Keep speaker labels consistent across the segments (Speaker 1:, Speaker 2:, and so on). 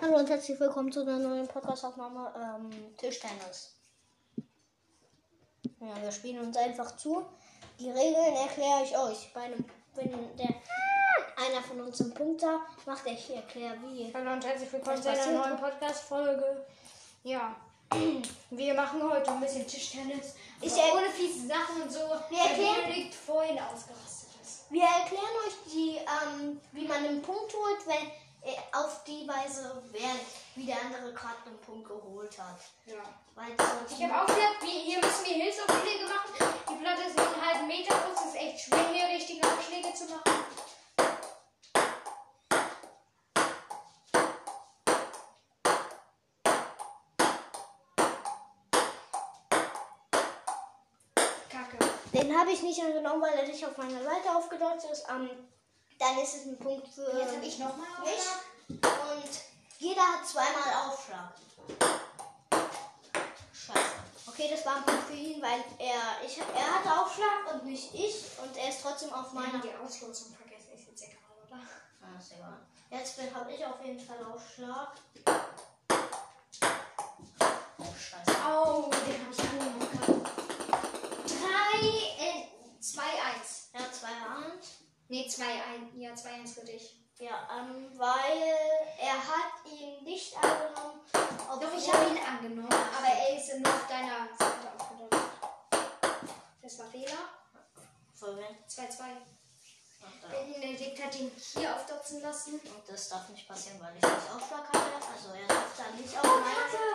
Speaker 1: Hallo und herzlich willkommen zu einer neuen Podcast-Aufnahme ähm, Tischtennis. Ja, wir spielen uns einfach zu. Die Regeln erkläre ich euch. Bei einem, wenn der, einer von uns einen Punkt da macht, ich erkläre wie.
Speaker 2: Hallo und herzlich willkommen
Speaker 1: Was
Speaker 2: zu einer
Speaker 1: passiert?
Speaker 2: neuen Podcast-Folge. Ja, wir machen heute ein bisschen Tischtennis.
Speaker 1: Ich
Speaker 2: Ich
Speaker 1: er-
Speaker 2: ohne fiese Sachen und so.
Speaker 1: Wir erklären-
Speaker 2: Der liegt vorhin ausgerastet ist.
Speaker 1: Wir erklären euch, die, ähm, wie man einen Punkt holt, wenn äh, auf die Weise, wer, wie der andere gerade einen Punkt geholt hat.
Speaker 2: Ja.
Speaker 1: Weil
Speaker 2: Ich habe auch gedacht, wir, hier müssen wir Hilfsaufschläge machen. Die Platte ist nur einen halben Meter groß. Es ist echt schwer, hier richtige Aufschläge zu machen. Kacke.
Speaker 1: Den habe ich nicht angenommen, weil er nicht auf meiner Seite aufgedeutet ist. Ähm, dann ist es ein Punkt für
Speaker 2: Jetzt habe ich nochmal
Speaker 1: mich. Und jeder hat zweimal Aufschlag. Scheiße. Okay, das war ein Punkt für ihn, weil er, ich, er hatte Aufschlag und nicht ich. Und er ist trotzdem auf meiner.
Speaker 2: die Auslosung vergessen, ist jetzt egal, oder?
Speaker 1: Ah, ist egal. Jetzt habe ich auf jeden Fall Aufschlag. Oh, Scheiße.
Speaker 2: Au, den habe ich angenommen. 3, äh, 2, 1.
Speaker 1: Er hat zwei Hand.
Speaker 2: Ne, 2, 1. Ja, 2, 1 für dich.
Speaker 1: Ja, ähm, weil er hat ihn nicht angenommen.
Speaker 2: Doch, ich
Speaker 1: obwohl-
Speaker 2: habe ihn angenommen, aber er ist nur auf deiner Seite aufgedrückt. Das war Fehler.
Speaker 1: Voll weg.
Speaker 2: 2, 2.
Speaker 1: Ach, da.
Speaker 2: Benedikt hat ihn hier aufdotzen lassen.
Speaker 1: Und das darf nicht passieren, weil ich nicht Aufschlag hatte. Also er darf da nicht auf
Speaker 2: Oh,
Speaker 1: meine Seite.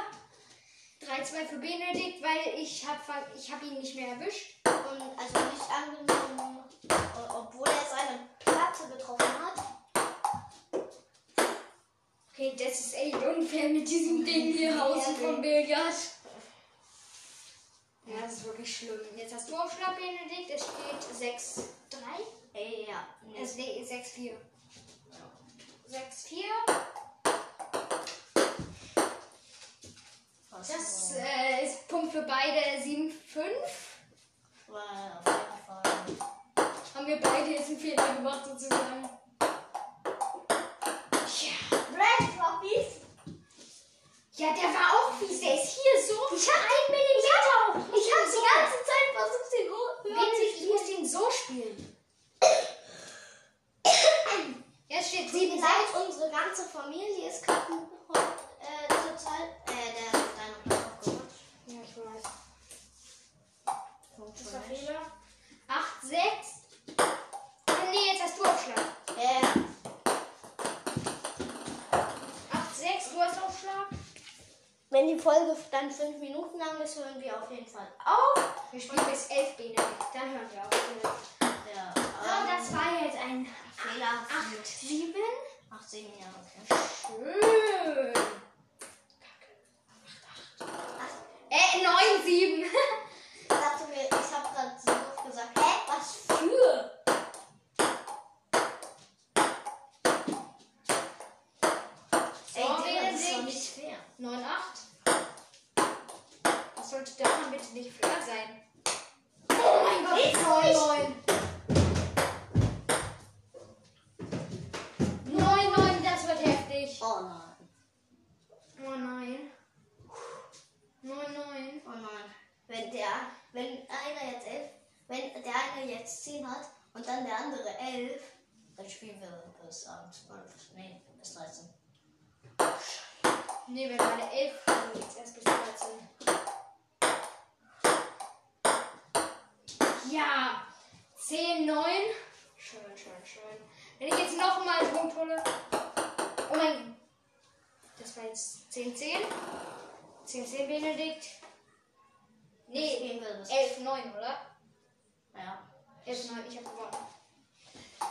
Speaker 2: Kacke! 3, 2 für Benedikt, weil ich habe ich hab ihn nicht mehr erwischt.
Speaker 1: Und also nicht angenommen, o- obwohl er seine Platte getroffen hat.
Speaker 2: Okay, das ist echt unfair mit diesem Ding hier außen vom Billard. Ja, das ist wirklich schlimm. Jetzt hast du Aufschlag, Benedikt. Es steht 6-3.
Speaker 1: Ey, ja. Nee.
Speaker 2: Es nee, 6-4. 6-4.
Speaker 1: Was
Speaker 2: Das
Speaker 1: so.
Speaker 2: äh, ist Punkt für beide 7-5.
Speaker 1: war auf jeden Fall.
Speaker 2: Haben wir beide jetzt einen Fehler gemacht sozusagen. Ja.
Speaker 1: Brett war fies.
Speaker 2: Ja, der war auch fies. Der ist hier so. Ich hab einen Millimeter auf. Ich hab so.
Speaker 1: ganze Zeit versucht, den
Speaker 2: Benedikt, ich muss ihn so spielen. Jetzt steht 7-6.
Speaker 1: Seit unsere ganze Familie ist gerade äh, total. Äh, der hat deine Platte aufgemacht.
Speaker 2: Ja, ich weiß. Das war
Speaker 1: Funktioniert.
Speaker 2: Fehler. 8, 6. Nee, jetzt hast du Aufschlag.
Speaker 1: Äh,
Speaker 2: 8, 6, du hast Aufschlag.
Speaker 1: Wenn die Folge dann fünf Minuten lang ist, hören wir auf jeden Fall auf.
Speaker 2: Wir spielen bis 11 Bene. Dann hören wir auf.
Speaker 1: Ja,
Speaker 2: So,
Speaker 1: ähm,
Speaker 2: Ah, das war jetzt ein
Speaker 1: Fehler.
Speaker 2: 8, 7.
Speaker 1: 18 Jahre. Okay.
Speaker 2: Schön. Äh, 9, 7.
Speaker 1: Ich dachte mir, ich habe gerade so doof gesagt. Hä? Was für?
Speaker 2: So,
Speaker 1: Digga, das ist doch
Speaker 2: Benedikt.
Speaker 1: nicht fair.
Speaker 2: 9, 8. Das sollte daran bitte nicht fair sein. Oh mein
Speaker 1: Ist
Speaker 2: Gott, 9, 9. 9, 9, das wird heftig.
Speaker 1: Oh nein.
Speaker 2: Oh nein. 9, 9.
Speaker 1: Oh nein. Wenn der, wenn einer jetzt elf, wenn der eine jetzt 10 hat und dann der andere 11, dann spielen wir bis ähm, 12. Nee, bis 13.
Speaker 2: Ne, wir waren 11. und Jetzt erst bis 13. Ja. 10, 9. Schön, schön, schön. Wenn ich jetzt nochmal einen Punkt hole. Oh mein Das war jetzt 10, 10. 10, 10, Benedikt. Nee,
Speaker 1: Spielen wir bis
Speaker 2: 11, 9, oder?
Speaker 1: Ja.
Speaker 2: 11, 9, ich hab gewonnen.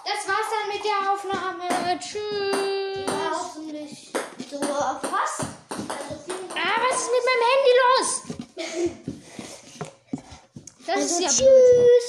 Speaker 2: Das war's dann mit der Aufnahme. Tschüss.
Speaker 1: Ja, hoffentlich. So, auf was? Also vielen Dank.
Speaker 2: Ah, was ist mit meinem Handy Also, los? Das
Speaker 1: Also
Speaker 2: ist ja blöd.
Speaker 1: tschüss.